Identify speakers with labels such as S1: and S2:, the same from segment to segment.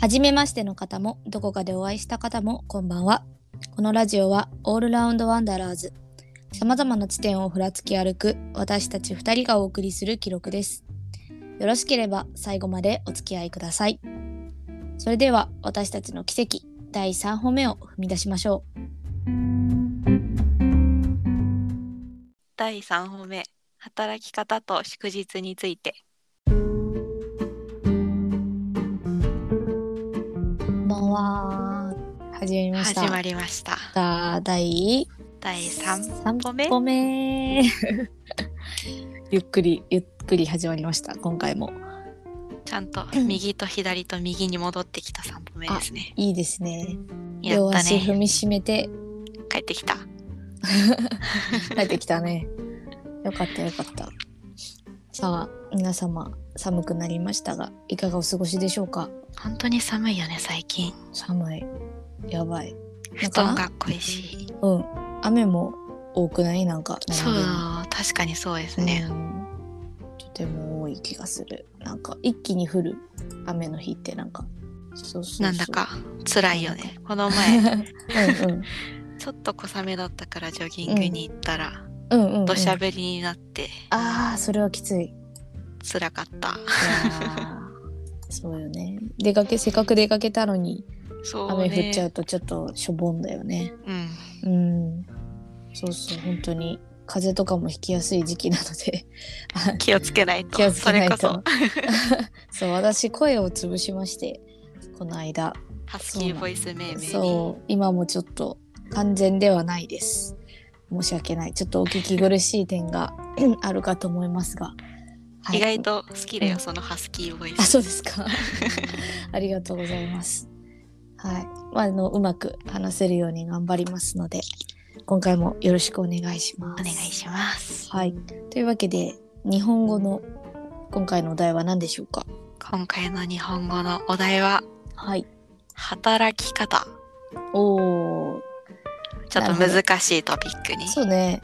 S1: 初めましての方もどこかでお会いした方もこんばんはこのラジオはオールラウンドワンダラーズさまざまな地点をふらつき歩く私たち2人がお送りする記録ですよろしければ最後までお付き合いくださいそれでは私たちの奇跡第3歩目を踏み出しましょう
S2: 第3歩目働き方と祝日について
S1: こんばんは始めまし
S2: 始
S1: た
S2: まりました
S1: た第
S2: 第3
S1: 3
S2: 歩目
S1: 歩目 ゆっくりゆっくり始まりました今回も
S2: ちゃんと右と左と右に戻ってきた3歩目ですね
S1: いいですね
S2: や
S1: 両
S2: った
S1: 足踏
S2: ね
S1: みしめて
S2: 帰ってきた
S1: 帰ってきた ねよかったよかったさあ皆様寒くなりましたがいかがお過ごしでしょうか
S2: 本当に寒いよね最近
S1: 寒いやばいな
S2: 布
S1: んか
S2: 団が恋しい
S1: うん雨も多くないなんか
S2: そう
S1: 並びに
S2: 確かにそうですね、
S1: うんとても多い気がするなんか一気に降る雨の日ってなんかそうそうそう
S2: なんだか辛いよねこの 前
S1: うんうん
S2: ちょっと小雨だったからジョギングに行ったら
S1: うんうん、うん、
S2: 土砂降りになって
S1: ああそれはきついい
S2: 辛かった
S1: やーそうよね出かけせっかく出かけたのに
S2: そう
S1: 雨降っちゃ
S2: ね
S1: うとちょっとしょぼんだよね
S2: うん
S1: うんそうそう本当に風邪とかもひきやすい時期なので あ
S2: 気をつけないと
S1: 気をつけないと
S2: それこ
S1: そう私声を潰しましてこの間
S2: そハスキーボイス命名に
S1: そう今もちょっと完全ではないです申し訳ないちょっとお聞き苦しい点が あるかと思いますが、はい
S2: 意外と好きだ
S1: う
S2: よ
S1: ん
S2: そのハスキーボイ
S1: あ
S2: ス
S1: そうですかありがとうございますはい、まあ、あのうまく話せるように頑張りますので今回もよろしくお願いしま
S2: お
S1: す
S2: 願いします
S1: はい、というわけで日本語の今回のお題は何でしょうか
S2: 今回の日本語のお題は
S1: はい
S2: 働き方
S1: おー
S2: ちょっと難しいトピックに
S1: そうね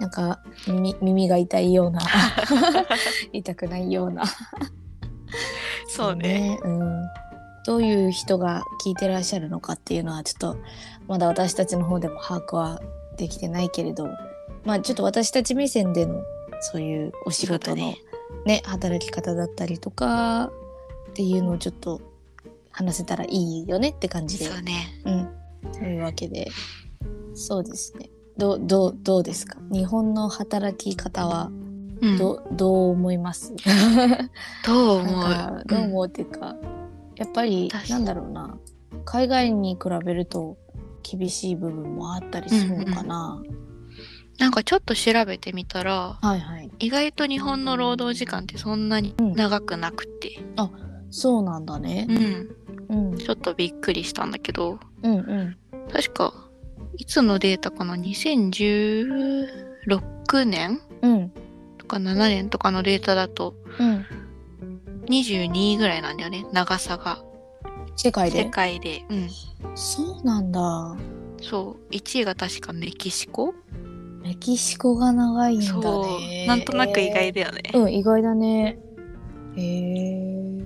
S1: なんか耳耳が痛いよう な痛くないような
S2: そうね
S1: うんどういう人が聞いてらっしゃるのかっていうのはちょっとまだ私たちの方でも把握はできてないけれどまあちょっと私たち目線でのそういうお仕事の
S2: そうだ
S1: ね
S2: ね
S1: 働き方だったりとかっていうのをちょっと話せたらいいよねって感じで
S2: そうね
S1: うん、というわけでそうですねどうどうどうですか日本の働き方は
S2: うん
S1: ど,、うどう思います
S2: どう思う
S1: なんかどう思うっていうか、やっぱり
S2: 確か
S1: なんだろうな海外に比べると厳しい部分もあったりするのかな、
S2: なんかちょっと調べてみたら
S1: はいはい
S2: 意外と日本の労働時間ってそんなに長くなくて、
S1: そうなんだね
S2: う、ん、
S1: うん、うん
S2: ちょっとびっくりしたんだけど
S1: うん
S2: 確かいつのデータかな2016年
S1: うんうん
S2: とか7年とかのデータだと22位ぐらいなんだよね長さが
S1: 世界で
S2: 世界で、うん、
S1: そうなんだ
S2: そう1位が確かメキシコ
S1: メキシコが長いんだ
S2: そ
S1: ね
S2: うなんとなく意外だよね、
S1: うん、意外だね。へえ。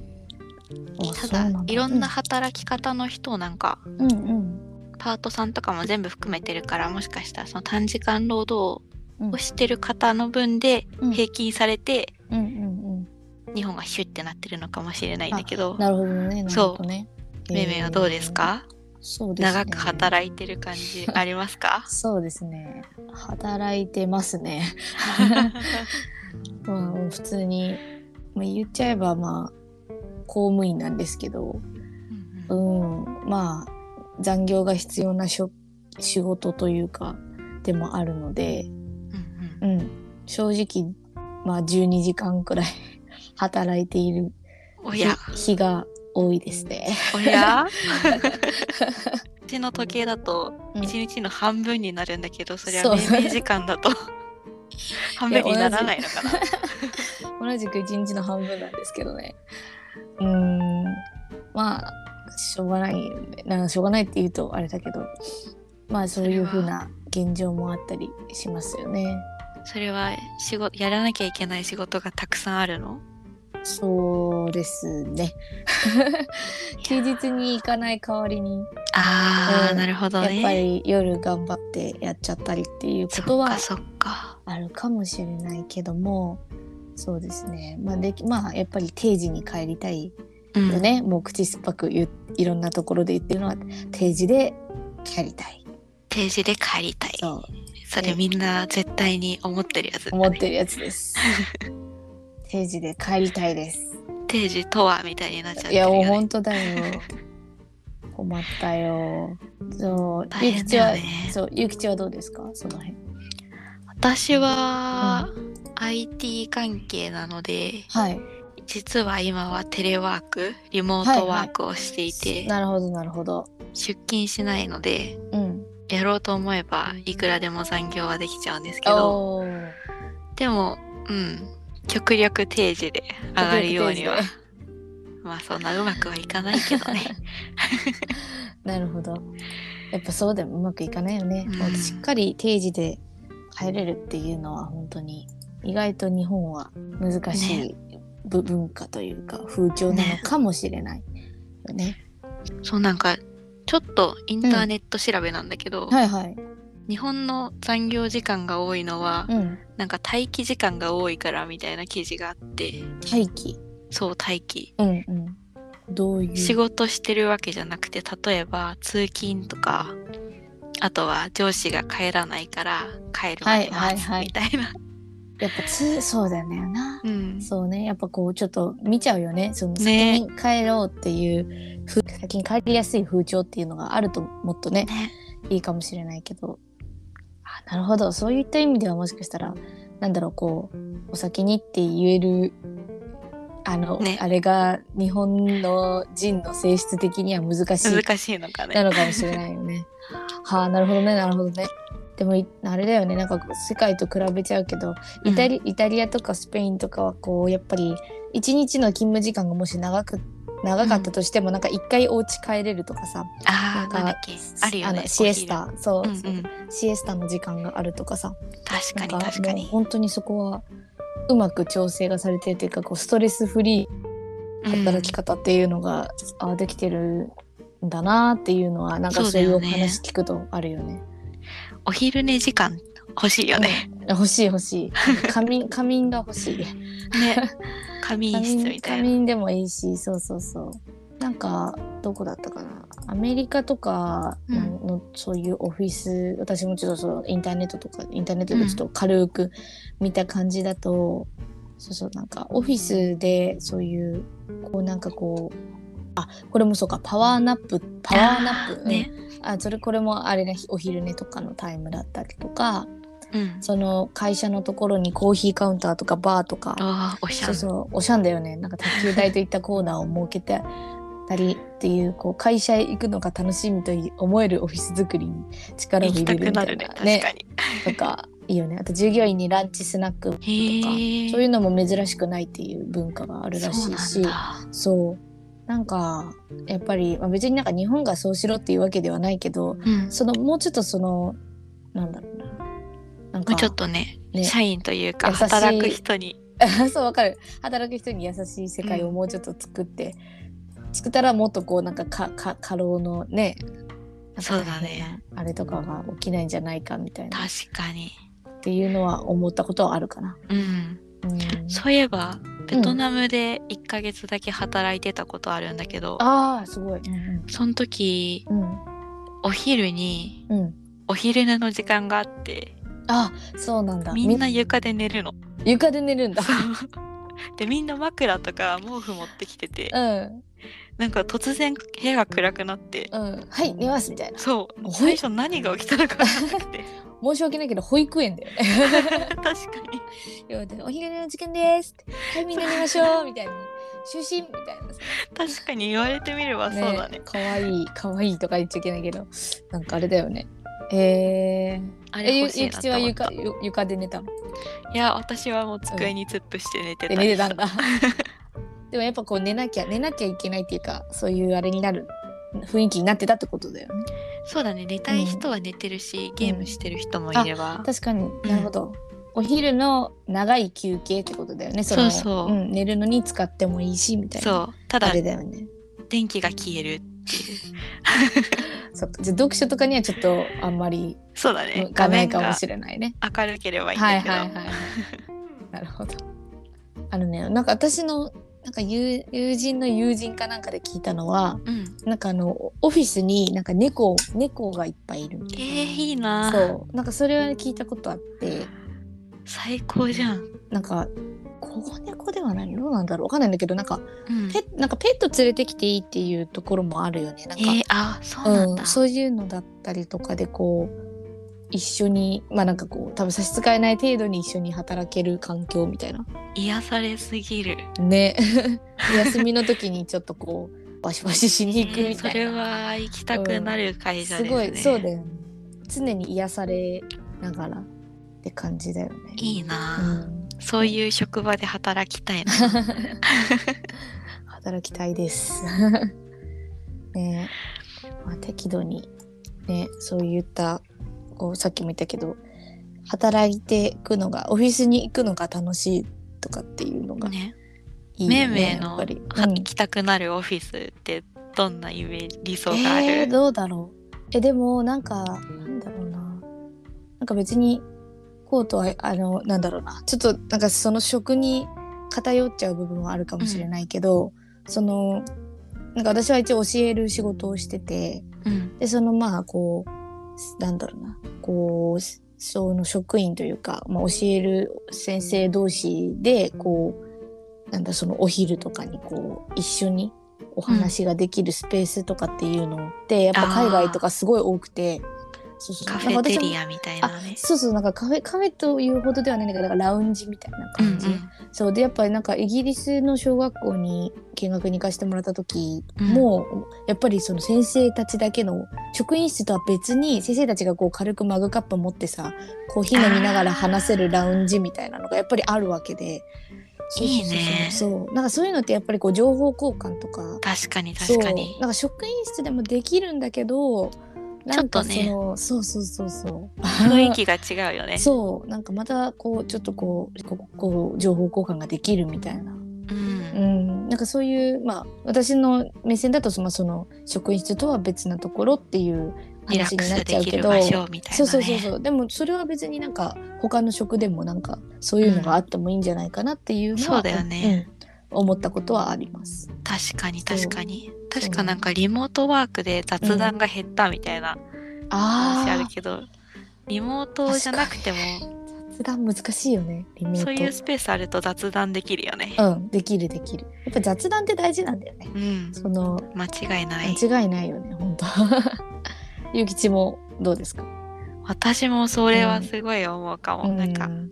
S1: あ
S2: た
S1: そう
S2: だ
S1: なん
S2: いろんな働き方の人をなんか
S1: うんうん
S2: パートさんとかも全部含めてるからもしかしたらその短時間労働
S1: うん
S2: をしてる方の分で
S1: うん
S2: 平均されて、
S1: うんうん
S2: 日本がシュッてなってるのかもしれないんだけ
S1: う
S2: ど
S1: ん。なるほどね。なるほどね。
S2: めいめいはどうですか、
S1: へー？そうですね。
S2: 長く働いてる感じありま すか
S1: そうですね。働いてますね。 まあもう普通に、まあ、言っちゃえばまあ公務員なんですけど、
S2: うん
S1: う
S2: うん
S1: んまあ残業が必要なしょ仕事というかでもあるので。
S2: うん
S1: うん、正直、まあ、12時間くらい 働いている
S2: お
S1: 日
S2: や
S1: 日が多いですね。
S2: お やうちの時計だと
S1: うん
S2: 一日の半分になるんだけど、それ
S1: そ
S2: は
S1: う
S2: 命名時間だ と半分にならないのかな
S1: 同じく一日の半分なんですけどね。うーんまあしょうがないよねなんかしょうがないって言うとあれだけどまあそういうふうな現状もあったりしますよね。
S2: それは仕事やらなきゃいけない仕事がたくさんあるの
S1: そうです ね休日に行かない代わりに
S2: ああ、
S1: うん
S2: なるほど
S1: やっ
S2: ね。
S1: ぱり夜頑張ってやっちゃったりっていうことは
S2: そっかそっか。
S1: あるかもしれないけどもそうですねまあできまあやっぱり定時に帰りたい
S2: うん
S1: よね、もう口酸っぱく言ういろんなところで言ってるのは定時で帰りたい
S2: 定時で帰りたい。
S1: そう
S2: それ
S1: うん
S2: みんな絶対に思ってるやつ。
S1: 思ってるやつです 定時で帰りたいです
S2: 定時とはみたいになっちゃっ
S1: い
S2: てる
S1: や
S2: よ、
S1: もう
S2: ね。
S1: 本当だよ困ったよそう
S2: 大
S1: ゆき
S2: 変
S1: ち
S2: だ
S1: は
S2: よね。
S1: そうゆきちはどうですかその辺
S2: 私は、IT 関係なので、
S1: はい
S2: 実は今はテレワーク、リモートワークをしていて、
S1: なるほどなるほど
S2: 出勤しないので、
S1: うん
S2: やろうと思えばいくらでも残業はできちゃうんですけど、
S1: おー
S2: でも、うん、極力定時で上がるようには
S1: 極力定、
S2: まあそんなうまくはいかないけ どね。
S1: なるほど。やっぱそうでもうまくいかないよね。
S2: うん
S1: もうしっかり定時で帰れるっていうのは本当に意外と日本は難しいぶ、文化というか風潮なのかもしれないよね。
S2: そうなんかちょっとインターネット調べなんだけど、
S1: はいはい。
S2: 日本の残業時間が多いのは、
S1: うん。
S2: なんか待機時間が多いからみたいな記事があって
S1: 待機。
S2: そう待機
S1: うんうん。どういう。
S2: 仕事してるわけじゃなくて例えば通勤とかあとは上司が帰らないから帰るまで
S1: はいは
S2: 待
S1: い
S2: つ
S1: はい
S2: みたいな、
S1: やっぱつそうだよねな。
S2: うん
S1: そうね。やっぱこうちょっと見ちゃうよね。その先
S2: ね
S1: に帰ろうっていう風、先に帰りやすい風潮っていうのがあるともっとね
S2: ね
S1: いいかもしれないけどあなるほどそういった意味ではもしかしたらなんだろうこうお先にって言えるあの、
S2: ね
S1: あれが日本の人の性質的には難しい
S2: 難しいのか
S1: な
S2: ね
S1: のかもしれないよね。はあなるほどねなるほどね。でもいあれだよねなんか世界と比べちゃうけどイタリ,、イタリアとかスペインとかはこうやっぱり一日の勤務時間がもし長く長かったとしても、なんか一回お家帰れるとかさな
S2: あ
S1: ん
S2: ー
S1: か
S2: なんだっけあるよね
S1: のシエスタそう、
S2: お昼うんうん
S1: シエスタの時間があるとかさ
S2: 確
S1: な
S2: か
S1: ん
S2: に
S1: か
S2: 確か
S1: もう
S2: に
S1: 本当にそこはうまく調整がされてるというかこうストレスフリーな働き方っていうのが、あできてるんだなっていうのはなんか
S2: そう
S1: そ
S2: だ
S1: ういう
S2: よ
S1: お
S2: ね
S1: 話聞くとあるよね。
S2: うんお昼寝時間欲しいよね、
S1: 欲しい欲しい 仮眠仮眠が欲しい。
S2: ね、仮眠
S1: 仮
S2: 室
S1: 眠
S2: みたい
S1: 仮
S2: な。
S1: 眠でもいいしそうそうそうなんかどこだったかなアメリカとか
S2: うん
S1: なんの、そういうオフィス私もちょっとそのインターネットとかインターネットでちょっと軽く見た感じだと、そうそうなんかオフィスでそういうこうなんかこうあこれもそうかパワーナップパワーナップ
S2: あーね。
S1: うんあそれこれもあれねお昼寝とかのタイムだったりとか
S2: うん。
S1: その会社のところにコーヒーカウンターとかバーとか
S2: ああ、おしゃ
S1: そう
S2: れ。
S1: そうおしゃんだよねなんか卓球台といったコーナーを設けてたりっていうこう会社へ行くのが楽しみと思えるオフィス作りに力を
S2: 行
S1: 入
S2: き
S1: れ
S2: た
S1: る
S2: く
S1: みた
S2: ないるね。
S1: な
S2: 確かに。
S1: とかいいよねあと従業員にランチスナックとか
S2: へえ。
S1: そういううのも珍しくないっていう文化があるらしいし
S2: なんだ
S1: そうなんかやっぱり、まあ、別になんか日本がそうしろっていうわけではないけど
S2: うん。も
S1: そのもうちょっとそのなんだろうななんか
S2: うちょっとね、
S1: ね
S2: 社員というか
S1: 優しい
S2: 働く人に。
S1: そうわかる働く人に優しい世界をもうちょっと作って、作ったらもっとこうなんかかか過労のねなんか
S2: そうだね
S1: 大変なあれとかが起きないんじゃないかみたいな
S2: 確かに。
S1: っていうのは思ったことはあるかな。
S2: うん。
S1: うん、
S2: そういえば、ベトナムで1ヶ月だけ働いてたことあるんだけど、
S1: ああすごい。うん
S2: その時、
S1: うん
S2: お昼に、
S1: うんうん、
S2: お昼寝の時間があって、
S1: あそうなんだ
S2: みんな床で寝るの。
S1: み床で寝るんだ。
S2: で、みんな枕とか毛布持ってきてて
S1: う、ん
S2: なんか突然部屋が暗くなって、
S1: うん、はい寝ますみたいな
S2: そう
S1: ほい
S2: 最初何が起きたのか分からなくて
S1: 申し訳ないけど保育園だよね。
S2: 確かに
S1: 要はねお昼寝の時間ですってはいみんな寝ましょうみたいな就寝みたいなさ
S2: 確かに言われてみればそうだね
S1: 可愛い可愛いとか言っちゃいけないけど、なんかあれだよね。えー、
S2: あ
S1: え
S2: れ
S1: ゆゆ
S2: 欲しい
S1: き
S2: な
S1: ち
S2: と
S1: は
S2: 思った
S1: 床ゆ床で寝たの。
S2: いや私はもう机に突っ伏して寝て
S1: で
S2: た
S1: 寝てたん だ。でもやっぱこう寝なきゃ寝なきゃいけないっていうかそういうあれになる雰囲気になってたってことだよね。
S2: そうだね寝たい人は寝てるし、ゲームしてる人もいれば
S1: 確かになるほど。お昼の長い休憩ってことだよねその、
S2: そうそうん
S1: 寝るのに使ってもいいしみたいな
S2: そうた
S1: あ
S2: だ
S1: れだよね
S2: 電気が消える
S1: そっかじゃあ読書とかにはちょっとあんまり
S2: そうだね
S1: 向か
S2: 画
S1: ない
S2: 面
S1: かも
S2: が
S1: しれないね
S2: 明るければいいん
S1: はい
S2: だけど、
S1: はいはいはい なるほどあのねなんか私のなんか友友人の友人かなんかで聞いたのは
S2: うん
S1: なんかあのオフィスになんか猫猫がいっぱいいるみ
S2: え
S1: た
S2: ー、
S1: いな、
S2: いいな
S1: そうなんかそれは聞いたことあって
S2: 最高じゃん、
S1: なんか保護猫ではないどうなんだろうわかんないんだけどなんか
S2: うん、
S1: ペなんかペット連れてきていいっていうところもあるよねなんか、
S2: えー、あそうなんだ、
S1: うん、そういうのだったりとかでこう一緒にまあなんかこう多分差し支えない程度に一緒に働ける環境みたいな
S2: 癒されすぎる
S1: ね 休みの時にちょっとこうバシバシしに行く
S2: えー
S1: み
S2: そ
S1: たい
S2: れ
S1: な、
S2: は行きたくなる会社
S1: す
S2: です
S1: ご
S2: ね、
S1: いそうだよね常に癒されながらって感じだよね
S2: いい
S1: うん
S2: な、そういう職場で働きたいな
S1: 働きたいです。 ねえまあ、適度に、ね、そういったこうさっきも言ったけど働いていくのがオフィスに行くのが楽しいとかっていうのが
S2: ね
S1: いい
S2: め
S1: よ
S2: いめい
S1: ねや
S2: の
S1: っ
S2: は
S1: ぱり。うん
S2: 行きたくなるオフィスってどんなイメージ理想がある、
S1: えー、どうだろうえでもなんかなんだろうななんか別にコートはあのなんだろうなちょっとなんかその職に偏っちゃう部分はあるかもしれないけど、そのなんか私は一応教える仕事をしてて
S2: うん
S1: でそのまあこうなんだろうなこうその職員というか、まあ、教える先生同士でこうなんだそのお昼とかにこう一緒にお話ができるスペースとかっていうのって、やっぱ海外とかすごい多くてそうそう
S2: カフェテリ
S1: ア
S2: アみたいなね
S1: そうそうなんかカフェカフェというほどではないんだけどなんかラウンジみたいな感じ、
S2: う
S1: そうでやっぱりなんかイギリスの小学校に見学に行かせてもらった時も、やっぱりその先生たちだけの職員室とは別に先生たちがこう軽くマグカップ持ってさコーヒー飲みながら話せるラウンジみたいなのがやっぱりあるわけでそうそうそうそう
S2: いいね
S1: そうなんかそういうのってやっぱりこう情報交換とか
S2: ん確かに確かに
S1: そうなんか職員室でもできるんだけどなんかそのそうそうそうそう
S2: 雰囲気が違うよね
S1: そうなんかまたこうちょっとこうこうこう情報交換ができるみたいな、
S2: う
S1: うんん、なんかそういうまあ私の目線だとそのその職員室とは別なところっていう
S2: リラッ
S1: 話
S2: ク
S1: になっち
S2: スで
S1: ゃう
S2: き
S1: け
S2: る
S1: ど、
S2: 場所みたい
S1: そ
S2: なね
S1: うそうそうそうでもそれは別になんか他の職でもなんかそういうのがあってもいいんじゃないかなっていうのは、
S2: そうだよね
S1: うん思ったことはあります。
S2: 確かに
S1: そう
S2: 確かに
S1: そう
S2: 確かなんかリモートワークで雑談が減ったみたいな話あ
S1: あ
S2: るけどリモートじゃなくても
S1: あ雑談難しいよねリモート
S2: そういうスペースあると雑談できるよね
S1: うんできるできるやっぱ雑談って大事なんだよね
S2: うん
S1: その
S2: 間違いない
S1: 間違いないよね、本当。 ゆきちもどうですか。
S2: 私もそれはすごい思うかも、なん
S1: う
S2: か
S1: ん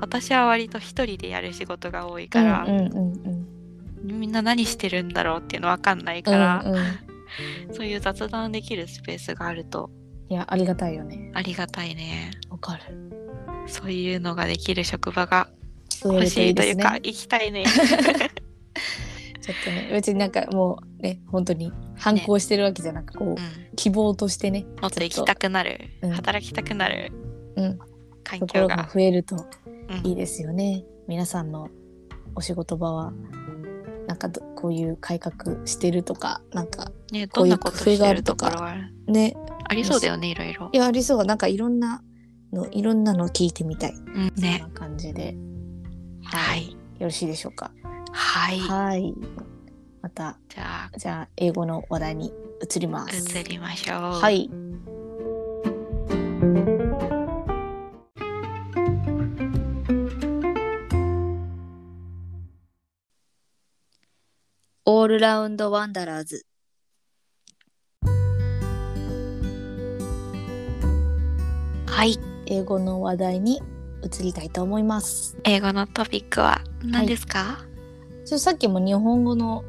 S2: 私は割と一人でやる仕事が多いから、
S1: うんうんうん
S2: みんな何してるんだろうっていうのわかんない
S1: うん。
S2: から、
S1: うんうん
S2: そういう雑談できるスペースがあると
S1: いや、ありがたいよね。
S2: ありがたいね
S1: わかる。
S2: そういうのができる職場が
S1: そう
S2: 欲
S1: る
S2: しいと
S1: で
S2: い
S1: す
S2: う
S1: ね
S2: か。行きたいね
S1: ちょっとね、別になんかもうね、本当に反抗してるわけじゃなく、こ
S2: う
S1: う、
S2: ん
S1: 希望としてね。
S2: もっと行きたくなる、
S1: うん
S2: 働きたくなる
S1: うん
S2: 環
S1: とこ
S2: 境
S1: ろ
S2: が
S1: が増えると
S2: うん
S1: いいですよね。皆さんのお仕事場は。なんかどこういう改革してるとか、なんか
S2: ね、
S1: こ
S2: ど
S1: うんいう
S2: な
S1: 工
S2: こと
S1: 夫
S2: し
S1: があ
S2: て
S1: る
S2: る
S1: と
S2: と
S1: か
S2: ころはある
S1: ね、
S2: ありそうだよねいろいろ
S1: い、やありそうなんかいろんなのいろんなの聞いてみたい。
S2: うん、
S1: そ
S2: ね
S1: んな感じで。
S2: は。
S1: よ
S2: い
S1: ろしいでしょうか。
S2: はい
S1: はい。また、
S2: じゃあ
S1: じゃあ、英語の話題に移ります。
S2: 移りましょう
S1: はい。オールラウンドワンダラーズ。
S2: はい
S1: 英語の話題に移りたいと思います。
S2: 英語のトピックは何ですか、
S1: ちょさっきも日本語の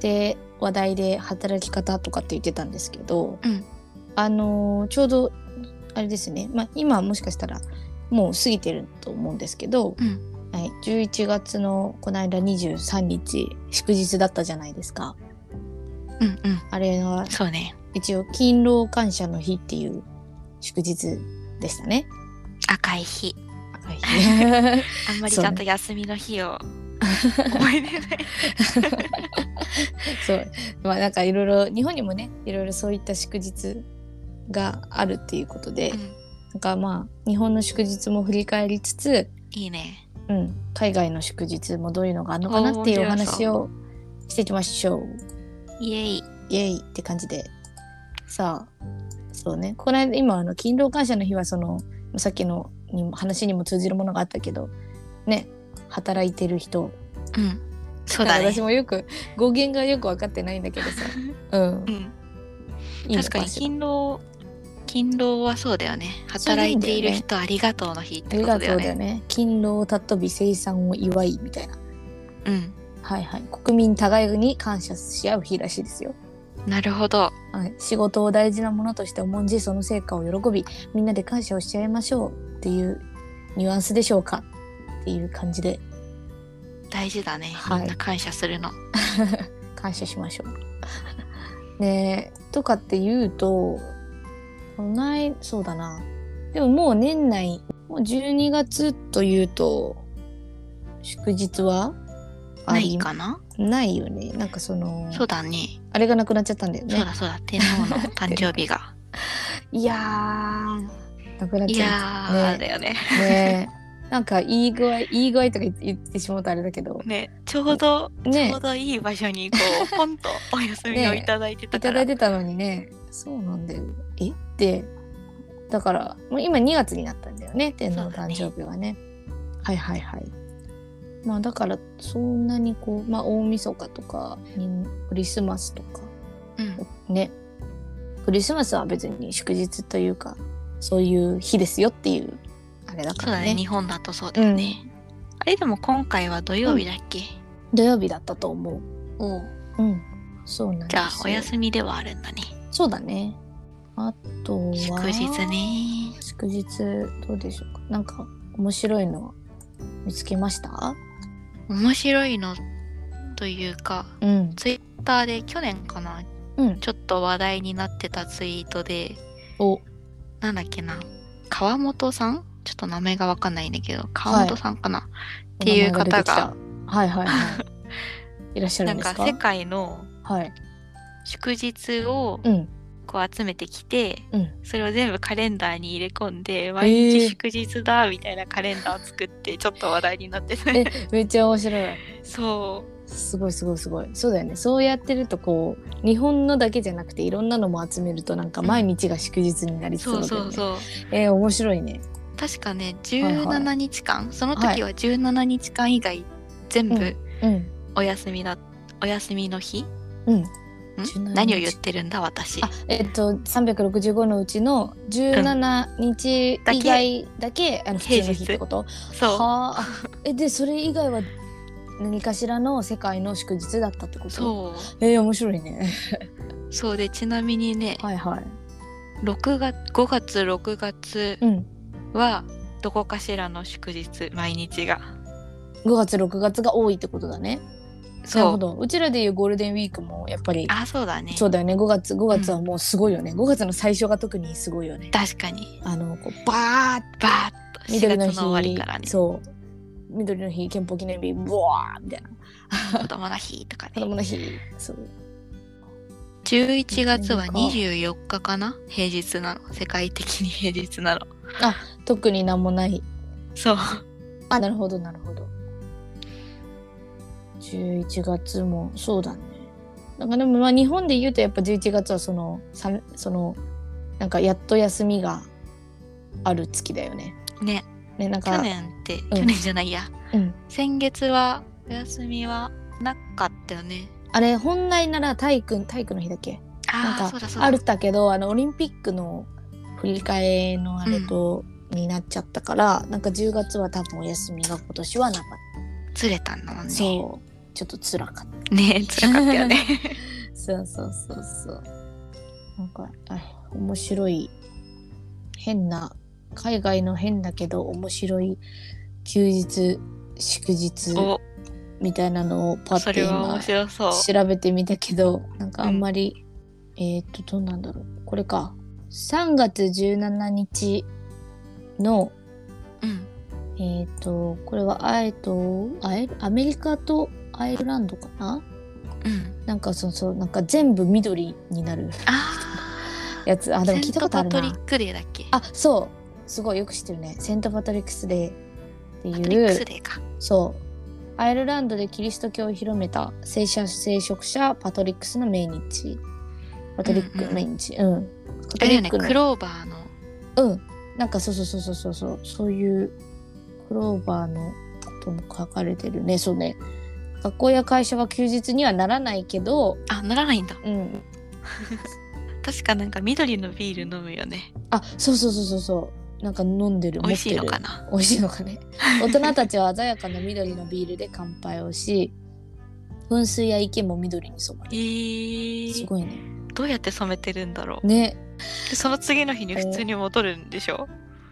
S1: で話題で働き方とかって言ってたんですけど、
S2: うん
S1: あのーちょうどあれですね、まあ、今もしかしたらもう過ぎてると思うんですけど、
S2: うん
S1: はい、11月のこの間23日祝日だったじゃないですか
S2: うんうん
S1: あれは
S2: そうね
S1: 一応勤労感謝の日っていう祝日でしたね。
S2: 赤い日
S1: はい。
S2: あん
S1: そ
S2: まり
S1: う
S2: ち
S1: ね
S2: ゃんと休みの 日を覚えてない。
S1: そう。まあなんかいろいろ、日本にもね、いろいろそういった祝日があるっていうことで、
S2: うん
S1: なんかまあ、日本の祝日も振り返りつつ、
S2: いいね。
S1: うん、海外の祝日もどういうのがあるのかなっていうお話をしていきましょう。
S2: イエイ。
S1: イエイって感じで。さあ、そうね。この間、今、あの、勤労感謝の日は、その、さっきのにも話にも通じるものがあったけど、ね、働いてる人。
S2: うん。そうだ
S1: なん
S2: ね
S1: か私。もよく、語源がよく分かってないんだけどさ。うん
S2: う。ん、
S1: いいの
S2: 確かに
S1: しら
S2: 勤労勤労はそうだよね働いている人ありがとうの日っ
S1: あ
S2: て
S1: り
S2: こ
S1: が
S2: と
S1: と
S2: だ
S1: う
S2: よ
S1: だよ
S2: ね
S1: ね。勤労を尊び生産を祝いみたいな。はいはい。国民互いに感謝し合う日らしいですよ。
S2: うんなるほど
S1: はい。仕事を大事なものとして重んじ、その成果を喜び、みんなで感謝をしちゃいましょうっていうニュアンスでしょうかっていう感じで
S2: 大事だね、
S1: はい
S2: みんな感謝するの
S1: 感謝しましょう。 ねえ、とかって言うと、こない、そうだな。でももう年内、もう12月というと、祝日はあ
S2: ない
S1: り
S2: かな
S1: ないよね。なんかその、
S2: そうだね
S1: あれがなくなっちゃったんだよ
S2: そう
S1: ね。
S2: だそうだ天皇 の誕生日が
S1: いやー、なくなっ
S2: い
S1: ちゃ
S2: や
S1: った。ね
S2: ー、だよね
S1: え。ねえなんかいい具合、いい具合とか言って言ってしまうとあれだけど、
S2: ねちょうど、
S1: ね
S2: ちょうどいい場所にこうポンとお休みをいただいて
S1: え、
S2: た
S1: いただ
S2: から、
S1: いてたのにね、そうなんだよ。えって、だから、もう今2月になったんだよね、天皇の誕生日はね。はいはいはい。まあだから、そんなにこう、まあ大晦日とか、クリスマスとか、
S2: うん、
S1: ねクリスマスは別に祝日というかそういう日ですよっていうあれだ
S2: そ
S1: か
S2: うだ
S1: らね
S2: ね日本だとそうだよね、あれでも今回は土曜日だっけ、
S1: 土曜日だったと思
S2: おう
S1: ううんそうなんです
S2: じゃあお
S1: み
S2: 休みではあるんだね
S1: そうだねあとは
S2: 祝日ね
S1: 祝日どうでしょうかなんか面白いの見つけました
S2: 面白いのというか
S1: うん
S2: ツイッターで去年かな、
S1: うん
S2: ちょっと話題になってたツイートで
S1: お
S2: なんだっけな川本さんちょっと名前がわかんないんだけど川本さんかな、っていう
S1: お名前出て
S2: 方が
S1: きたはいはいはいい らっしゃる
S2: なんん
S1: です
S2: か
S1: か
S2: 世界の
S1: はい
S2: 祝日を
S1: うん
S2: こう集めてきて、
S1: うん
S2: それを全部カレンダーに入れ込んで毎
S1: ー
S2: 日祝日だみたいなカレンダーを作ってちょっと話題になってた、
S1: えめっちゃ面白い
S2: そ
S1: すごいすごいすごいそうだよねそうやってるとこう日本のだけじゃなくていろんなのも集めるとなんか毎日が祝日になり
S2: う
S1: そ
S2: そうう
S1: だよね
S2: そうそう
S1: えー面白いね
S2: 確かね
S1: はい
S2: 17日間、その時は17日間以外全部、
S1: んうん
S2: お休みだお休みの日
S1: うん
S2: ん
S1: 17日
S2: 何を言ってるんだ私
S1: あえっと365のうちの17日以外だけ,、あの普通の日ってこと
S2: そ
S1: はあえでそれ以外は何かしらの世界の祝日だったってこと
S2: うそ
S1: えー面白いね
S2: うそうでちなみにね
S1: はいはい
S2: 6月5月6月
S1: うん
S2: はどこかしらの祝日毎日が
S1: 5月6月が多いってことだねなる
S2: そ
S1: ほ
S2: う
S1: どうちらでいうゴールデンウィークもやっぱり
S2: あそうだね
S1: そうだよね5月5月はもうすごいよね、5月の最初が特にすごいよね
S2: 確かに
S1: あのこうバーッ
S2: バーッと4
S1: 緑
S2: 月
S1: の
S2: の
S1: 日
S2: 終わりからね
S1: そう緑の日憲法記念日ブワーみたいな
S2: 子供の日とか
S1: 子
S2: ね
S1: 供の日そう
S2: 11月は
S1: なんか
S2: 24日かな平日なの世界的に平日なの
S1: 特になんもない
S2: そう
S1: あなるほどなるほど11月もそうだねなんかでもまあ日本で言うとやっぱ11月はそのさそのなんかやっと休みがある月だよね
S2: ね
S1: ねなんか
S2: 去年って、去年じゃないや
S1: うん
S2: 先月はお休みはなかったよね
S1: あれ本来なら体育体育の日だっけなん
S2: あ
S1: か
S2: あそうだそうだ
S1: あるんだけどあのオリンピックの振り替えのあれと、になっちゃったからなんか10月は多分お休みが今年はなかっ
S2: ずれたんだもん
S1: た、
S2: ね
S1: そうちょっと辛かった
S2: ねつらかったよね
S1: そうそうそうそうなんかあ面白い変な海外の変だけど面白い休日祝日
S2: お
S1: みたいなのをパッ
S2: そ
S1: て
S2: れは
S1: 今
S2: 面白そう
S1: 調べてみたけどなんかあんまり、えーっとどうなんだろうこれか3月17日の、
S2: うん
S1: ええっ、と、これは、あえと、あえ、アメリカとアイルランドかな
S2: うん。
S1: なんか、そうそう、なんか全部緑になる
S2: ああ。
S1: やつ。あ、でも聞いたことある
S2: セントパ
S1: な
S2: トリ。ックデーだっけ
S1: あ、そう。すごいよく知ってるね。セントパトリックスデーって
S2: パトリック
S1: い
S2: ス
S1: う、
S2: デーか。
S1: そう。アイルランドでキリスト教を広めた聖者聖職者パトリックスの命日。パトリック
S2: うんう
S1: の
S2: ん
S1: 命日。うん。パ
S2: あ
S1: ト
S2: れ
S1: リ
S2: よ
S1: ッ
S2: ね、
S1: クの
S2: クローバーの。
S1: うん。なんかそうそうそうそうそうそう。そういうクローバーのことも書かれてるね。そうね。学校や会社は休日にはならないけど、
S2: あ、ならないんだ。
S1: うん。
S2: 確かなんか緑のビール飲むよね。
S1: あ、そうそうそうそうそう。なんか飲んでる。
S2: 美味しいの
S1: 持って
S2: か
S1: る
S2: な。
S1: 美味しいのかね。 大人たちは鮮やかな緑のビールで乾杯をし、噴水や池も緑に染ま
S2: え
S1: る。す
S2: ー、
S1: ごいね。
S2: どうやって染めてるんだろう。
S1: ね。
S2: でその次の日に普通に戻るんでしょ、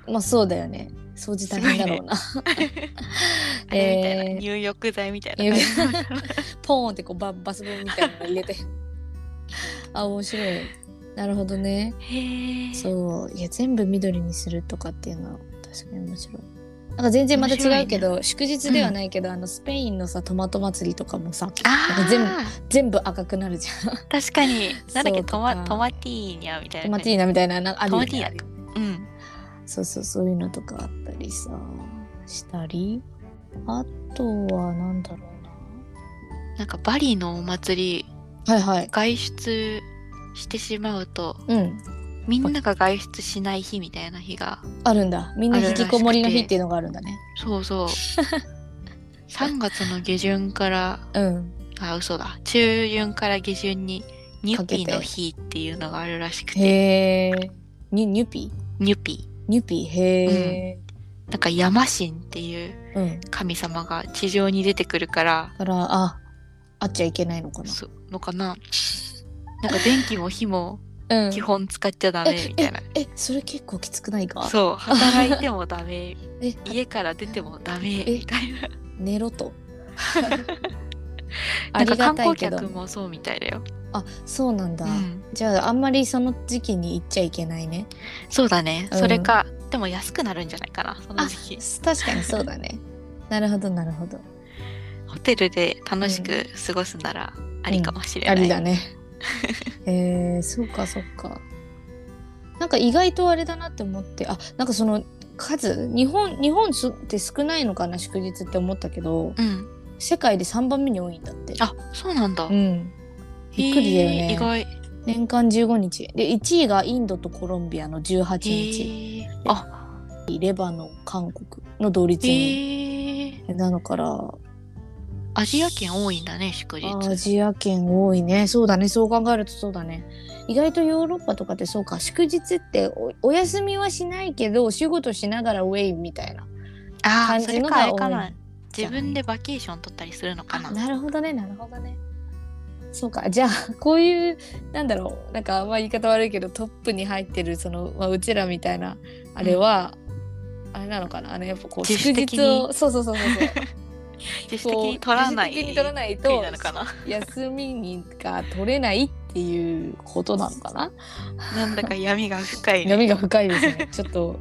S1: まあそうだよね。掃除大変だろうな。
S2: あれみたいな、
S1: え ー
S2: 入浴剤みたいな感じ。
S1: ポーンってこうババスボムみたいなの入れてあ面白いなるほどね
S2: へえ。
S1: そういや全部緑にするとかっていうのは確かに面白いなんか全然また違うけど、祝日ではないけど、あのスペインのさトマト祭りとかもさ
S2: あ
S1: 全
S2: あ、
S1: 全部赤くなるじ ゃん
S2: 確 かに。なんだ
S1: そ
S2: っけ
S1: う
S2: トマ
S1: とか
S2: トマティーニャみたい
S1: ト
S2: な
S1: マ
S2: 感
S1: ティ
S2: じ。
S1: ーナみたいななんかあるよね
S2: トマティーナ
S1: あるよね
S2: うん。
S1: そうそうそういうのとかあったりさしたりあとはなんだろう
S2: なんかバリのお祭り、
S1: なはいはい
S2: 外出してしまうと、
S1: うん
S2: みんなが外出しない日みたいな日が。
S1: あるんだみんな
S2: ある
S1: 引
S2: らしくて
S1: きこもりの日っていうのがあるんだね
S2: そうそう。3月の下旬から、
S1: うん
S2: あ、嘘だ。中旬から下旬に、ニュ
S1: かけ
S2: ピ
S1: て
S2: の日っていうのがあるらしくて、
S1: へえニュニュピ
S2: ニュピ。
S1: ニュピへえ、
S2: なんか山神っていう
S1: うん
S2: 神様が地上に出てくるから、
S1: だからあ会っちゃいけないのかな、
S2: そうのかな。なんか電気も火も
S1: うん
S2: 基本使っちゃダメみたいな。
S1: えそれ結構きつくないか
S2: そう、働いてもダメ、
S1: え
S2: 家から出てもダメ
S1: え
S2: みたいな。
S1: 寝ろ とあ
S2: なん
S1: りが
S2: か観
S1: たい
S2: 光
S1: けど
S2: 客もそうみたいだよ。
S1: あそうなんだ、
S2: うん、
S1: じゃああんまりその時期に行っちゃいけないね
S2: そうだね。
S1: うん
S2: それか、でも安くなるんじゃないかな、その時期。
S1: 確かにそうだ ねなるほどなるほど
S2: ホテルで楽しく過ごすならありかもしれ
S1: あ
S2: ない。
S1: りだ ねえー、そうかそうかなんか意外とあれだなって思ってあなんかその数日本日本って少ないのかな祝日って思ったけど
S2: うん。
S1: 世界で3番目に多いんだって
S2: あ、そうなんだ。
S1: うんびっくりだよね
S2: へー意外。へ
S1: 年間15日で1位がインドとコロンビアの18日
S2: ーあ、
S1: レバノン韓国の同率
S2: へ
S1: に
S2: ー
S1: なのから
S2: アジア圏多いんだね、祝日。
S1: アジア圏多いねそうだねそう考えるとそうだね意外とヨーロッパとかってそうか祝日っておお休みはしないけどお仕事しながらウェイみたいな
S2: ああ、
S1: 感
S2: そ
S1: じ
S2: れ
S1: の
S2: か
S1: が
S2: あれ
S1: 多い
S2: かな。
S1: じゃ
S2: 自
S1: ない
S2: 分でバケーション取ったりするのかな。
S1: なるほどねなるほどねそうかじゃあこういうなんだろうなんかあんま言い方悪いけどトップに入ってるその、まあ、うちらみたいなあれは、あれなのかなあのやっぱこう
S2: 自
S1: 祝
S2: 主的に
S1: 日をそうそうそうそうそう
S2: 自主的に取らない。
S1: 自主的に取らない
S2: 国
S1: と
S2: なのかな。
S1: 休みにが取れないっていうことなのかな
S2: なんだか闇が深い、ね。
S1: 闇が深いですね ちょっと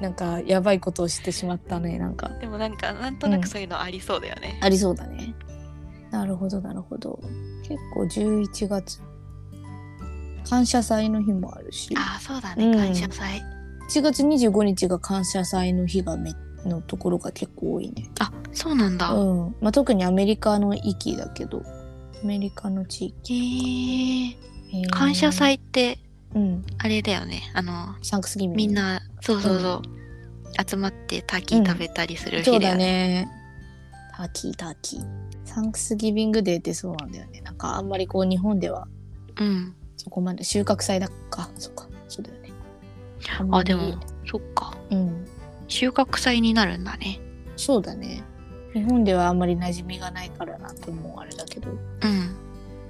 S1: なんかやばいことをしてしまったねなんか
S2: でもなんかなんとなくそういうのありそうだよね。
S1: ありそうだねなるほどなるほど結構11月感謝祭の日もあるし
S2: ああそうだ
S1: う
S2: ね
S1: ん
S2: 感謝祭。
S1: 1月25日が感謝祭の日がめのところが結構多いね
S2: あそうなんだ。
S1: うんまあ、特にアメリカの域だけどアメリカの地域
S2: へえ。感謝、祭って
S1: えーうん、
S2: あれだよね。あの
S1: サンクスギミング
S2: みんなそうそうそう、集まってターキー食べたりする
S1: そ
S2: 日
S1: う
S2: だ
S1: だ
S2: よね。
S1: ね。ターキーターキー。サンクスギビングデーってそうなんだよね。なんかあんまりこう日本では
S2: うん。
S1: そこまで収穫祭だっか。そっか。そうだよね。んま
S2: あ
S1: り
S2: でも。そっか
S1: うん。
S2: 収穫祭になるんだね。
S1: そうだね。日本ではあんまり馴染みがないからなんともあれだけど。
S2: うん。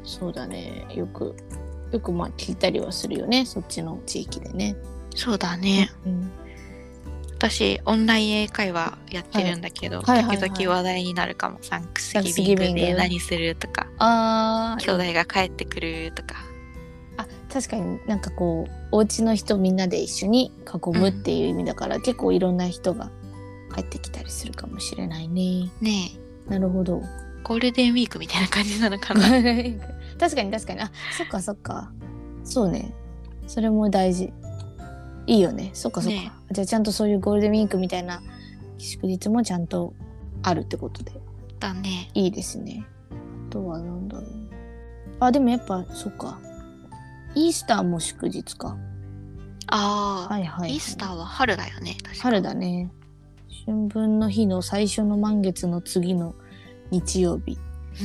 S1: そうだね。よく、よくまあ聞いたりはするよね。そっちの地域でね。
S2: そうだね。
S1: うん。
S2: 私オンライン英会話やってるんだけど、
S1: はいはいはいはい
S2: 時々話題になるかも、サンクスギ
S1: サンクスギ
S2: ビ
S1: ビ
S2: ン
S1: ン
S2: グ
S1: グ
S2: で何するとか
S1: あ
S2: 兄
S1: ー。
S2: 弟が帰ってくるとか
S1: あ確かになんかこうお家の人みんなで一緒に囲むっていう意味だから、結構いろんな人が帰ってきたりするかもしれないね。
S2: ね
S1: なる ほど。
S2: えゴールデンウィークみたいな感じなの かな
S1: 確かに確かに。あ、そっかそっか。そうね。それも大事。いいよね。そっかそっか。
S2: ね
S1: じゃあちゃんとそういうゴールデンウィークみたいな祝日もちゃんとあるってことで
S2: だね
S1: いいですね。あとはなんだろう。あ、でもやっぱそっか。イースターも祝日か。
S2: ああ、
S1: はいはい、はい。
S2: イースターは春だよね確か
S1: 春だね。春分の日の最初の満月の次の日曜 日。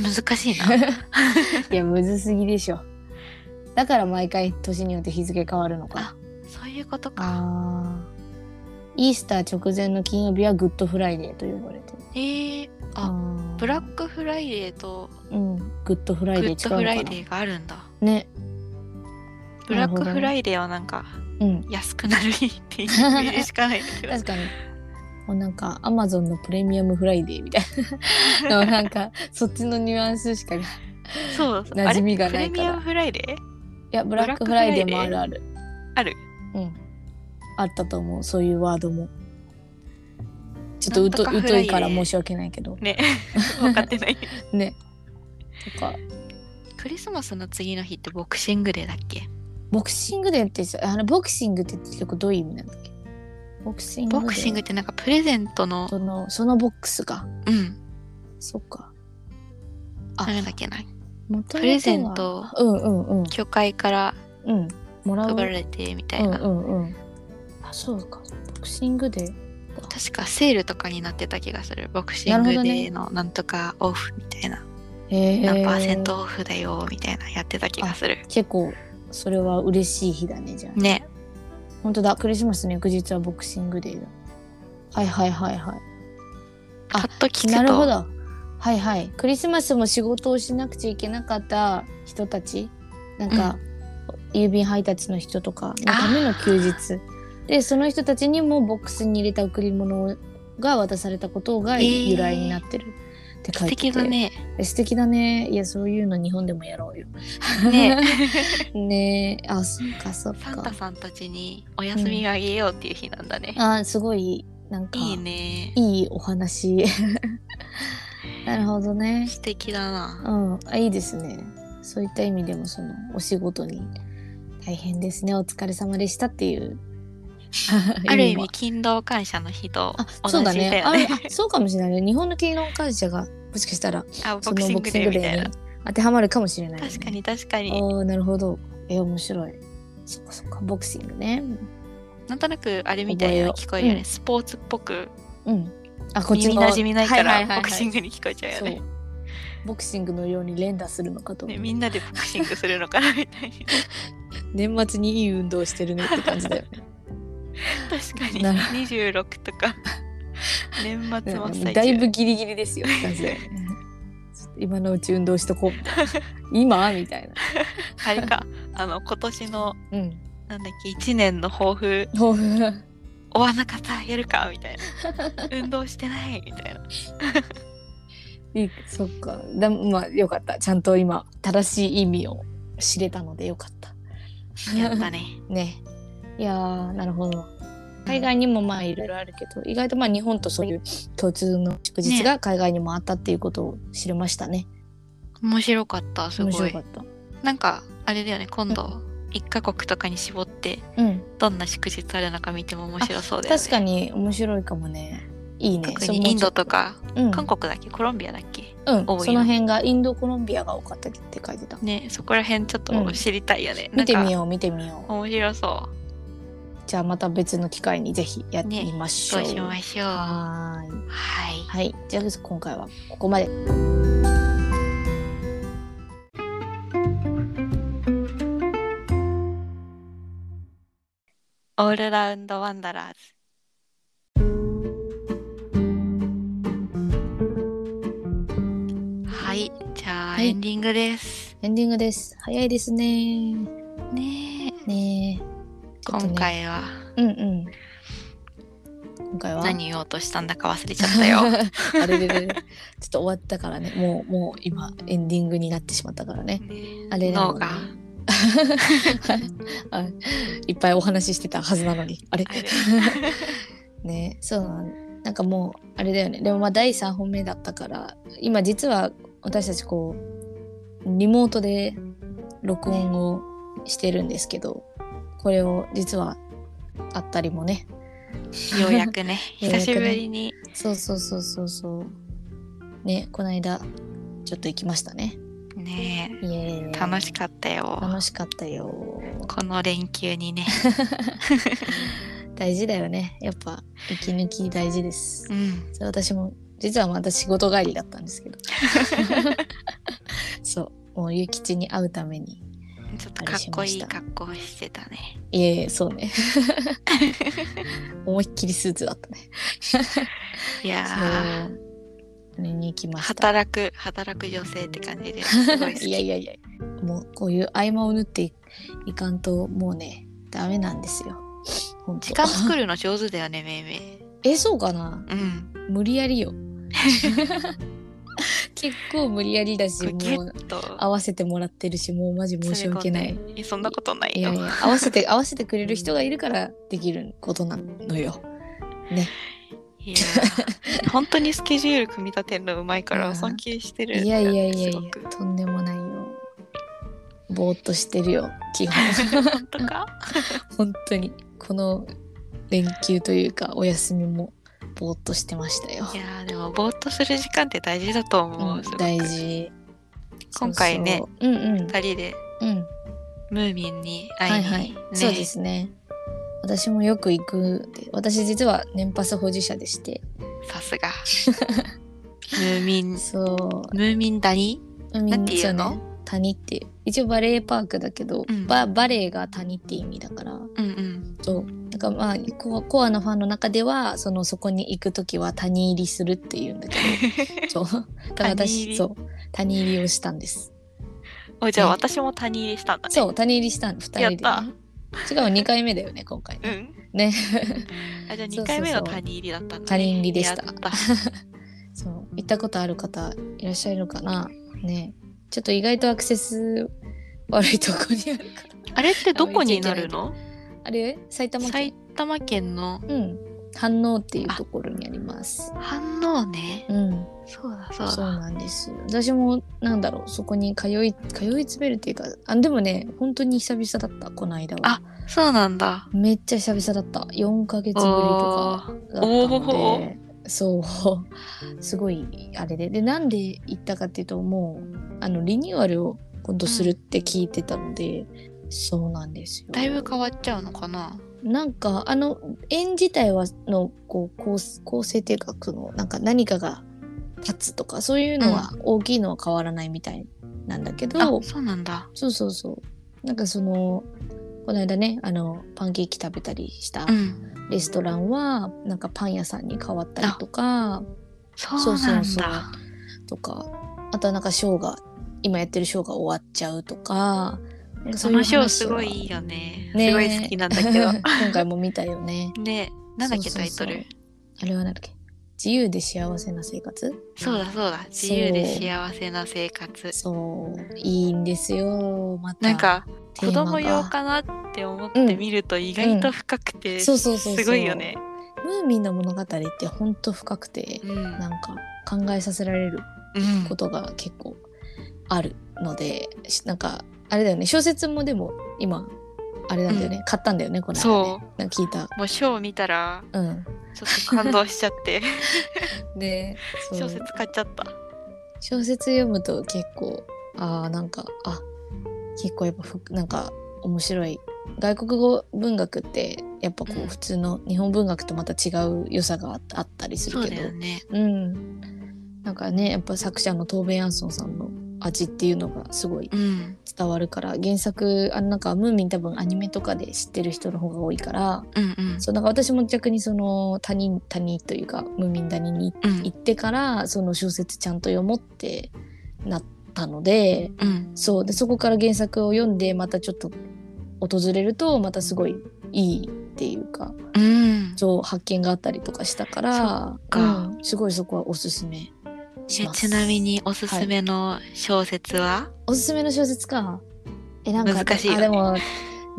S2: 難しいな
S1: いや、むずすぎでしょ。だから毎回年によって日付変わるのか。
S2: そういうことか
S1: ああ。イースター直前の金曜日はグッドフライデーと呼ばれてる。
S2: えー、あ
S1: ー
S2: ブラックフライデーと
S1: うん。グッドフラ
S2: グ
S1: イデー違うのか
S2: ッド
S1: な
S2: フライデーがあるんだ
S1: ね。
S2: ブラックフライデーはなんか
S1: うん。
S2: 安くなる日っていうイメージしかないんだけど
S1: 確かに。もうなんか、アマゾンのプレミアムフライデーみたい な。のなんか、そっちのニュアンスしかない。い
S2: そう
S1: 馴染みがないから
S2: あれプレミアムフライデー
S1: や、ブラックフライデーもあるある。
S2: ある
S1: うん。あったと思う、そういうワードも。ちょっと
S2: なん
S1: う
S2: と
S1: と
S2: か
S1: 疎い
S2: フライデー
S1: から申し訳ないけど。
S2: ね分かってない
S1: ね。とか、
S2: クリスマスの次の日ってボクシングデーだっけ
S1: ボクシングデーってさ、あのボクシングって結局どういう意味なんだっけボクシング
S2: ボクシン
S1: デ
S2: グっ
S1: ー
S2: てなんかプレゼントの
S1: その、そのボックスが。
S2: うん
S1: そっか。あ
S2: あれだっけな
S1: 元々は
S2: プレゼント。
S1: うんうんうん。
S2: 教会から
S1: うん。もらう。
S2: 配られてみた
S1: う
S2: い
S1: ん
S2: な、
S1: うんうん。あ、そうか。ボクシングデー。
S2: 確かセールとかになってた気がするボクシン
S1: な
S2: グ
S1: るほ
S2: デ
S1: どね
S2: ーのなんとかオフみたいな
S1: え
S2: 何パーセントオフだよみたいなやってた気がする
S1: 結構、それは嬉しい日だね、じゃあ。
S2: ね
S1: 本当だクリスマスの翌日はボクシングデーだはいはいはいはあ
S2: パッと
S1: い
S2: 聞くと
S1: なるほどはいはいクリスマスも仕事をしなくちゃいけなかった人たちなんか、郵便配達の人とかのための休日でその人たちにもボックスに入れた贈り物が渡されたことが
S2: えー
S1: 由来になってるって書
S2: 素
S1: いてて、
S2: 敵だね
S1: え素敵だねいやそういうの日本でもやろうよ
S2: ね
S1: ねえあそっかそっ
S2: サン
S1: か
S2: タさんたちにお休みをあげようっていう日なんだね、
S1: あすごいなんか
S2: いいね
S1: いいお話。 なるほどね。
S2: 素敵だな
S1: うん、あいいですね。そういった意味でもそのお仕事に大変ですね。お疲れ様でしたっていう。
S2: ある意
S1: 意味
S2: 味
S1: は
S2: 勤労感謝の日と
S1: あ
S2: 同
S1: そう
S2: じ
S1: だ
S2: だよ
S1: ね。
S2: ね
S1: ああそうかもしれないね。日本の勤労感謝がもしかしたら
S2: あボ
S1: そ
S2: ク
S1: の
S2: シン
S1: ボ
S2: グ
S1: クシ
S2: デ
S1: ン
S2: ー
S1: グ
S2: み
S1: デ
S2: た
S1: ー
S2: いな
S1: に当てはまるかもしれない、ね。
S2: 確か。に確かに
S1: ああなるほど。え面白い。そっかそっかボクシングね。
S2: なんとなくあれみたいな聞こえるよね、
S1: うん
S2: スポーツっぽく
S1: うん。あこっち
S2: 耳
S1: の
S2: なじみないか
S1: は
S2: ら、
S1: いはいはいはい
S2: ボクシングに聞こえちゃうよ
S1: そ
S2: ね
S1: うボクシングのように連打するのかと思
S2: ね
S1: う。
S2: みんなでボクシングするのかなみたい
S1: 年末にいい運動してるねって感じだよ ね。
S2: な確かに
S1: なる
S2: 26と か年末真っ最中
S1: だいぶギリギリですよって感じだよね。ちょっと今のうち運動しとこうみたいな。今みたい
S2: あれかあの今年の
S1: な。うん。
S2: なんだっけ1年の抱負
S1: 抱負
S2: 追わなかったやるかみたいな 運動してないみたいない
S1: いそっか。だまあよかった。ちゃんと今正しい意味を知れたのでよかった。
S2: やったね
S1: ね。いやーなるほど。海外にもまあいろいろあるけど、意外とまあ日本とそういう共通の祝日が海外にもあったっていうことを知れましたね。
S2: 面白かったす
S1: 面
S2: ご
S1: 白
S2: い
S1: かった。
S2: なんかあれだよね今度1カ国とかに絞って
S1: うん。
S2: どんな祝日あるのか見ても面白そうだよね
S1: 確かに面白いかもね。いいね。
S2: 特
S1: それも
S2: にインドとか
S1: ちょっと、うん、
S2: 韓国だっけコロンビアだっけ
S1: うん、
S2: 多いな
S1: その辺がインドコロンビアが多かったって書いてた。
S2: ねそこら辺ちょっ
S1: う
S2: と
S1: ん
S2: 知りたいよね、
S1: 見てみ
S2: う
S1: よう見てみよう。
S2: 面白そ
S1: じゃあまた別の機会にぜひやってみま
S2: う
S1: しょ
S2: そ
S1: う。
S2: うしましょうは
S1: はーい。
S2: い
S1: はい。じゃあ今回はここまで。
S2: オールラウンドワンダラーズはいじゃあ、
S1: はい
S2: エンディングです
S1: エンディングです。早いですね。
S2: ねえ
S1: ねえ。ちょっとね
S2: 今。回は
S1: うんうん。今回は
S2: 何言おうとしたんだか忘れちゃった よ
S1: あれれれれ ちょっと終わったからね。もうもう今エンディングになってしまったからね。あれな
S2: 脳
S1: のね
S2: が。
S1: あ いっぱいお話ししてたはずなのに。あれ
S2: あれ
S1: ねそうなんなんかもうあれだよねでもまあ第3本目だったから今実は私たちこうリモートで録音をしてるんですけどこれを実はあったりもね
S2: ようやくね
S1: ようやくね
S2: 久しぶりに
S1: そうそうそうそうそうねこの間ちょっと行きましたね
S2: ね
S1: イエーイ
S2: 楽しかったよ
S1: 楽しかったよ
S2: この連休にね
S1: 大事だよねやっぱ息抜き大事です
S2: うん
S1: それ私も実はまた仕事帰りだったん ですけどそうもうゆきちに会うために
S2: ちょっと
S1: あ
S2: かっこいい
S1: れしました
S2: 格好をしてたね
S1: いえいえそう ね思いっきりスーツだったね
S2: いや
S1: そうあれに行き
S2: ー
S1: ました
S2: 働く働く女性って感 じですごい好き
S1: いやいやいやもうこういう合間を縫っていいかんともうねダメなんですよ本当
S2: 時間作るの上手だよねめいめい
S1: えそうかな
S2: うん
S1: 無理やり よ結構無理やりだし
S2: これギュ
S1: もう
S2: ッと
S1: 合わせてもらってるしもうマジ申し訳ない
S2: 詰め込んでえそんなことない
S1: いや
S2: よ
S1: いや合わせて 合わせてくれる人がいるからできることなのよ。
S2: いやー本当にスケジュール組み立てるのうまいか
S1: うん
S2: ら尊敬してる
S1: いやいやいやい
S2: す
S1: や
S2: ごく
S1: とんでもないよ。ぼーっとしてるよ基 本
S2: 本当か
S1: 本当にこの連休というかお休みもぼーっとしてましたよ
S2: い。やーでもぼーっとする時間って大事だと思う、
S1: うん
S2: すごく
S1: 大事。
S2: 今回ね
S1: そうそう。うんうん
S2: 二人で
S1: うん。
S2: ムーミンに
S1: は
S2: 会い
S1: い
S2: に、
S1: はい
S2: ね。
S1: そうですね。私もよく行くんで私実は年パス保持者でして
S2: さす がムーミンム
S1: そう
S2: ーミン谷
S1: 海
S2: なんていうの
S1: そうね谷っていう一応バレエパークだけど、
S2: うん
S1: ババレエが谷って意味だから
S2: うんうん
S1: そうだからまあコアコアのファンの中ではそのそこに行く時は谷入りするっていうんだけ どそうだから
S2: 谷入
S1: 私
S2: り
S1: そう谷入りをしたんです
S2: おじゃあ
S1: ね
S2: 私も谷入りしたんだね
S1: そう谷入りしたの2人で、ね、
S2: や
S1: しかも2回目だよね今回
S2: う
S1: ね,、
S2: ん
S1: ねそうそう
S2: あじゃあ
S1: そう
S2: 2回目の谷入りだったんだ、ね、
S1: 谷入りでした
S2: やった
S1: そう行ったことある方いらっしゃるのかなねちょっと意外とアクセス悪いとこにあるから
S2: あれってどこになる の
S1: あれ埼玉
S2: 埼
S1: 県
S2: 玉県の
S1: うん、反応っていうところにあります。
S2: 反応ね
S1: うん、
S2: そうだそうだ
S1: そうなんです。私もなんだろう、そこに通い通い詰めるっていうか、あでもね、本当に久々だったこの間は。
S2: あそうなんだ
S1: めっちゃ久々だった。4ヶ月ぶりとかだった
S2: お
S1: の
S2: ー
S1: で、そう、 すごいあれで、でなんで行ったかっていうと、もうあのリニューアルを今度するって聞いてたので、そうなんですよ。
S2: だいぶ変わっちゃうのかな
S1: なんかあの円自体はのこう構成構成っていうかそのなんか何かが立つとかそういうのは大きいのは変わらないみたいなんだけ
S2: あ
S1: ど、
S2: そうなんだ
S1: そうそうそうなんかそのこの間ねあのパンケーキ食べたりした
S2: うん
S1: レストランは、なんかパン屋さんに変わったりとか
S2: そうなんだ
S1: とかあとはなんかショーが今やってるショーが終わっちゃうとかなんか
S2: そう
S1: いう
S2: の
S1: 話
S2: ショーすごい
S1: はい
S2: いよね
S1: ね
S2: すごい好きなんだけど
S1: 今回も見たよね。
S2: ねなんだっけ
S1: そうそう
S2: タイ
S1: そ
S2: ト
S1: う
S2: ル
S1: あれはなんだっけ自由で幸せな生活
S2: そうだそうだ自由で幸せな生活
S1: そういいんですよまた
S2: なんか
S1: テ
S2: 子
S1: ーマが
S2: 供用かなって思って見ると意外と深くて
S1: そ
S2: す
S1: うそうそうそう
S2: ごいよね
S1: ムーミンの物語ってほんと深くて
S2: うんうん
S1: なんか考えさせられることが結構あるのでしなんかあれだよね小説もでも今あれなんだよね、買ったんだよねこの間ね
S2: そ
S1: なんか聞いた
S2: もうショー見たら
S1: うん
S2: ちょっと感動しちゃって
S1: で そう
S2: 小説買っちゃった
S1: 小説読むと結構あーなんかあ結構やっぱふなんか面白い外国語文学ってやっぱこ
S2: うん
S1: う普通の日本文学とまた違う良さがああったりす
S2: そ
S1: る
S2: う
S1: け
S2: だ
S1: ど
S2: よね
S1: うんなんかねやっぱ作者のトーベ・ヤンソンさんの味っていうのがすごい
S2: うん
S1: 伝わるから原作あのなんかムーミン多分アニメとかで知ってる人の方が多いから
S2: うんうん
S1: そうなんか私も逆にその他人他人というかムーミン谷に
S2: うん
S1: 行ってからその小説ちゃんと読もうってなったので
S2: うん
S1: そうでそこから原作を読んでまたちょっと訪れるとまたすごいいいっていうか
S2: うん
S1: そう発見があったりとかしたから
S2: か
S1: うんすごいそこはおすすめし
S2: え
S1: ます
S2: ちなみにおすすめの小説は、
S1: おすすめの小説かえなんか
S2: 難しいよね
S1: あでも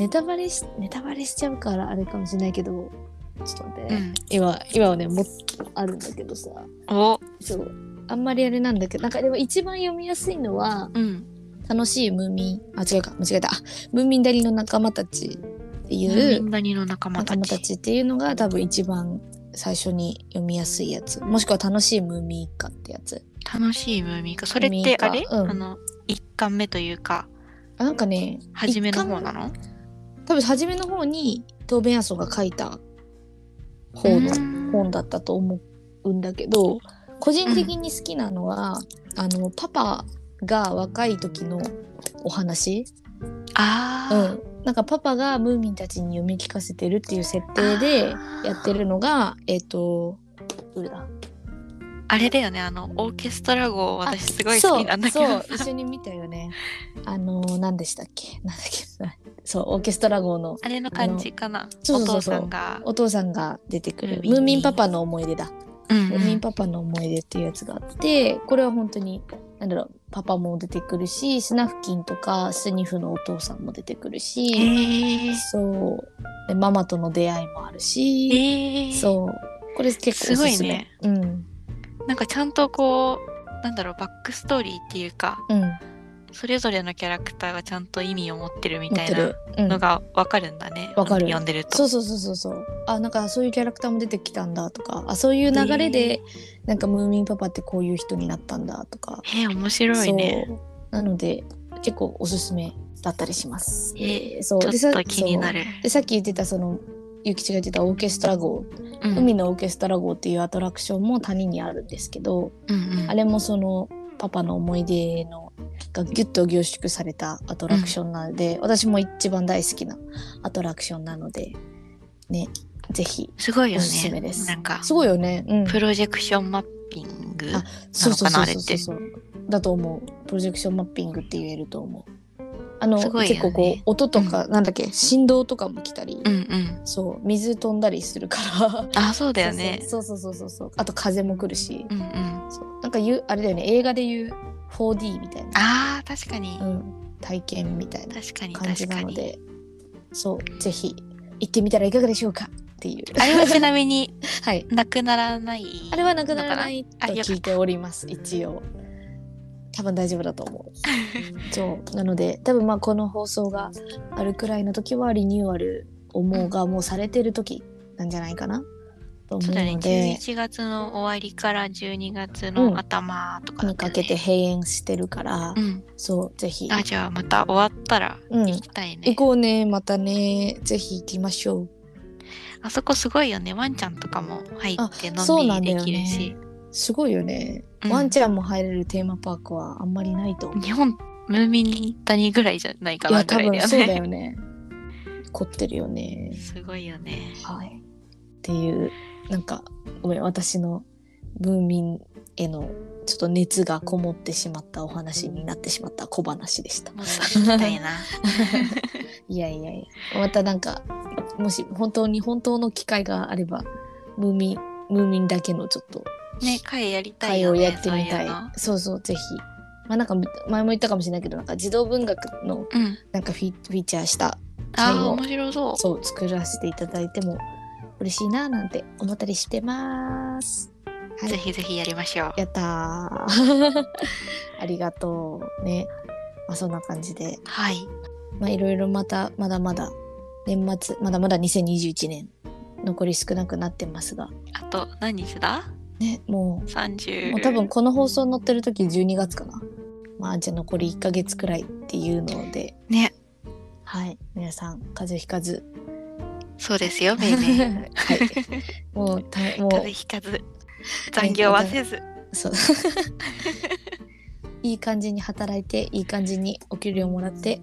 S1: ネタバレしネタバレしちゃうからあれかもしれないけどちょっと待って
S2: う
S1: ね、
S2: ん。
S1: 今今はねもっとあるんだけどさ
S2: お、
S1: そうあんまりあれなんだけどなんかでも一番読みやすいのは
S2: うん。
S1: 「楽しいムーミン」あ違うか間違えた「ムーミンダリの仲間たち」ってい
S2: ム
S1: う
S2: ーミンダニの仲間た
S1: 仲
S2: ち。
S1: 間たちっていうのが多分一番最初に読みやすいやつもしくは楽しいムーミン一家ってやつ
S2: 楽しいムーミンか。それってあれ、
S1: ムーミンかうん
S2: あの、一巻目というか、
S1: あなんかね
S2: 初めの方な
S1: 一
S2: の
S1: 巻多分初めの方に答弁麻生が書いた方の
S2: うん
S1: 本だったと思うんだけど個人的に好きなのは、あのパパが若い時のお話、
S2: あ
S1: う
S2: あ、
S1: ん、なんかパパがムーミンたちに読み聞かせてるっていう設定でやってるのがえっ、とどれだ
S2: あれだよね、あの、オーケストラ号、
S1: あ
S2: 私すごい好きなんだけど。
S1: そうそう一緒に見たよねあのー何でしたっけなんだっけそうオーケストラ号の
S2: あれの感じかな。
S1: そうそうそう
S2: お父
S1: そう
S2: さんが。
S1: お父さんが出てくる
S2: ムーミン
S1: ムーミンパパの思い出だ、
S2: うん
S1: ムーミンパパの思い出っていうやつがあってこれは本当になんだろうパパも出てくるしスナフキンとかスニフのお父さんも出てくる
S2: え
S1: し、
S2: ー、
S1: そうでママとの出会いもある
S2: え
S1: し、
S2: ー、
S1: そうこれ結構おすすめ
S2: すごいね
S1: うん
S2: なんかちゃんとこう、なんだろう、バックストーリーっていうか、
S1: うん
S2: それぞれのキャラクターがちゃんと意味を持ってるみ
S1: 持
S2: た
S1: っ
S2: い
S1: て
S2: な
S1: る、うん
S2: のがわかるんだね。
S1: わかる
S2: 読んでると。
S1: そうそうそうそうそうあなんかそういうキャラクターも出てきたんだとかあそういう流れで、なんかムーミンパパってこういう人になったんだとか
S2: えー、面白いね。
S1: そうなので結構おすすめだったりします
S2: えー
S1: ーそう
S2: ちょっと気にな
S1: る
S2: る。
S1: でさっき言ってたそのゆきちが言ってたオーケストラ号、
S2: うん、
S1: 海のオーケストラ号っていうアトラクションも谷にあるんですけど、
S2: うんうん
S1: あれもそのパパの思い出のがギュッと凝縮されたアトラクションなので、私も一番大好きなアトラクションなのでねぜひ
S2: すごいよ
S1: お
S2: ね。
S1: すすめです。
S2: なんか、
S1: すごいよね。うん、
S2: プロジェクションマッピング。
S1: あそうそうそうそうそうだと思う。プロジェクションマッピングって言えると思う。あの、
S2: すごいよね
S1: 結構こう音とか、なんだっけ振動とかも来たり、
S2: うんうん。
S1: そう水飛んだりするから。
S2: あ、そうだよね。
S1: そうそうそうそうそうそう。あと風も来るし、
S2: うんうん。
S1: そうなんか言うあれだよね映画で言う 4D みたいな。
S2: ああ、確かに
S1: う。ん、体験みたいな
S2: 確かに、
S1: 感じな
S2: 確か
S1: の
S2: に。
S1: でそうぜひ行ってみたらいかがでしょうかっていう
S2: あれはちなみに、
S1: はい
S2: なくならない。
S1: あれはなくならないと
S2: あよかった
S1: 聞いております一応多分大丈夫だと思うそうなので多分まあこの放送があるくらいの時はリニューアルをもうがもうされてる時なんじゃないかなと思
S2: そううだね。
S1: ので
S2: 11月の終わりから12月
S1: うん
S2: の頭とかだ
S1: に
S2: った
S1: か
S2: よね
S1: けて閉園してるから、
S2: うん。
S1: そうぜひ
S2: あ、じゃあまた終わったら
S1: うん
S2: 行きたいね
S1: 行。こうねまたねぜひ行きましょう
S2: あそこすごいよね。ワンちゃんとかも入って
S1: あそう
S2: の
S1: なん
S2: ん
S1: だ
S2: び
S1: よ
S2: り
S1: ね
S2: できるし。
S1: すごいよね、
S2: うん
S1: ワンちゃんも入れるテーマパークはあんまりないと思う
S2: 日本、ムーミン谷ぐらいじゃないか
S1: い
S2: な
S1: や
S2: ぐ
S1: 多
S2: らいだ
S1: 分
S2: よ
S1: そうだ
S2: ね。
S1: よ ね凝ってるよね
S2: すごいよね。
S1: はいっていうなんかごめん私の文民へのちょっと熱がこもってしまったお話になってしまった小話でした
S2: もっと行きたい な。
S1: いやいやいやまたなんかもし本当に本当の機会があればムーミンムーミンだけのちょっと
S2: ね、会やりたい
S1: 会
S2: よ
S1: を
S2: ね。
S1: やってみたい
S2: そ
S1: そ
S2: ううの
S1: うそうぜひまあなんか前も言ったかもしれないけどなんか児童文学の
S2: うん。
S1: なんかフィフィーチャーした
S2: あ
S1: 会
S2: あ、
S1: を
S2: 面白そう。
S1: そう作らせていただいても嬉しいななんて思ったりしてます。はい
S2: ぜひぜひやりましょう。
S1: やったー ありがとうね。まあそんな感じで、
S2: はい。
S1: まあいろいろまたまだまだ年末まだまだ2021年残り少なくなってますが、
S2: あと何日だ
S1: ねも
S2: ?30。
S1: うもう多分この放送載ってる時12月かな。まあじゃあ残り1ヶ月くらいっていうので、
S2: ね、
S1: はい皆さん風邪ひかず、
S2: そうです よ、めいめい。
S1: はいも うたもう
S2: 風邪ひかず残業はせず
S1: そう。いい感じに働いて、いい感じにお給料もらって、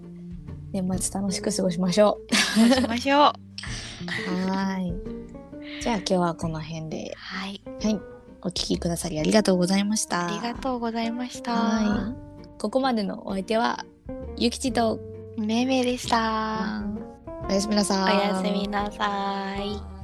S1: 年末楽しく過ごしましょ
S2: そうしましょう
S1: う。 はーい。じゃあ今日はこの辺で、
S2: はい
S1: お聞きくださりありがとうございました。
S2: ありがとうございました
S1: はーい。ここまでのお相手は、ゆきちと、
S2: めいめいでした
S1: おやすみなさ
S2: お
S1: ーい。
S2: やすみなさい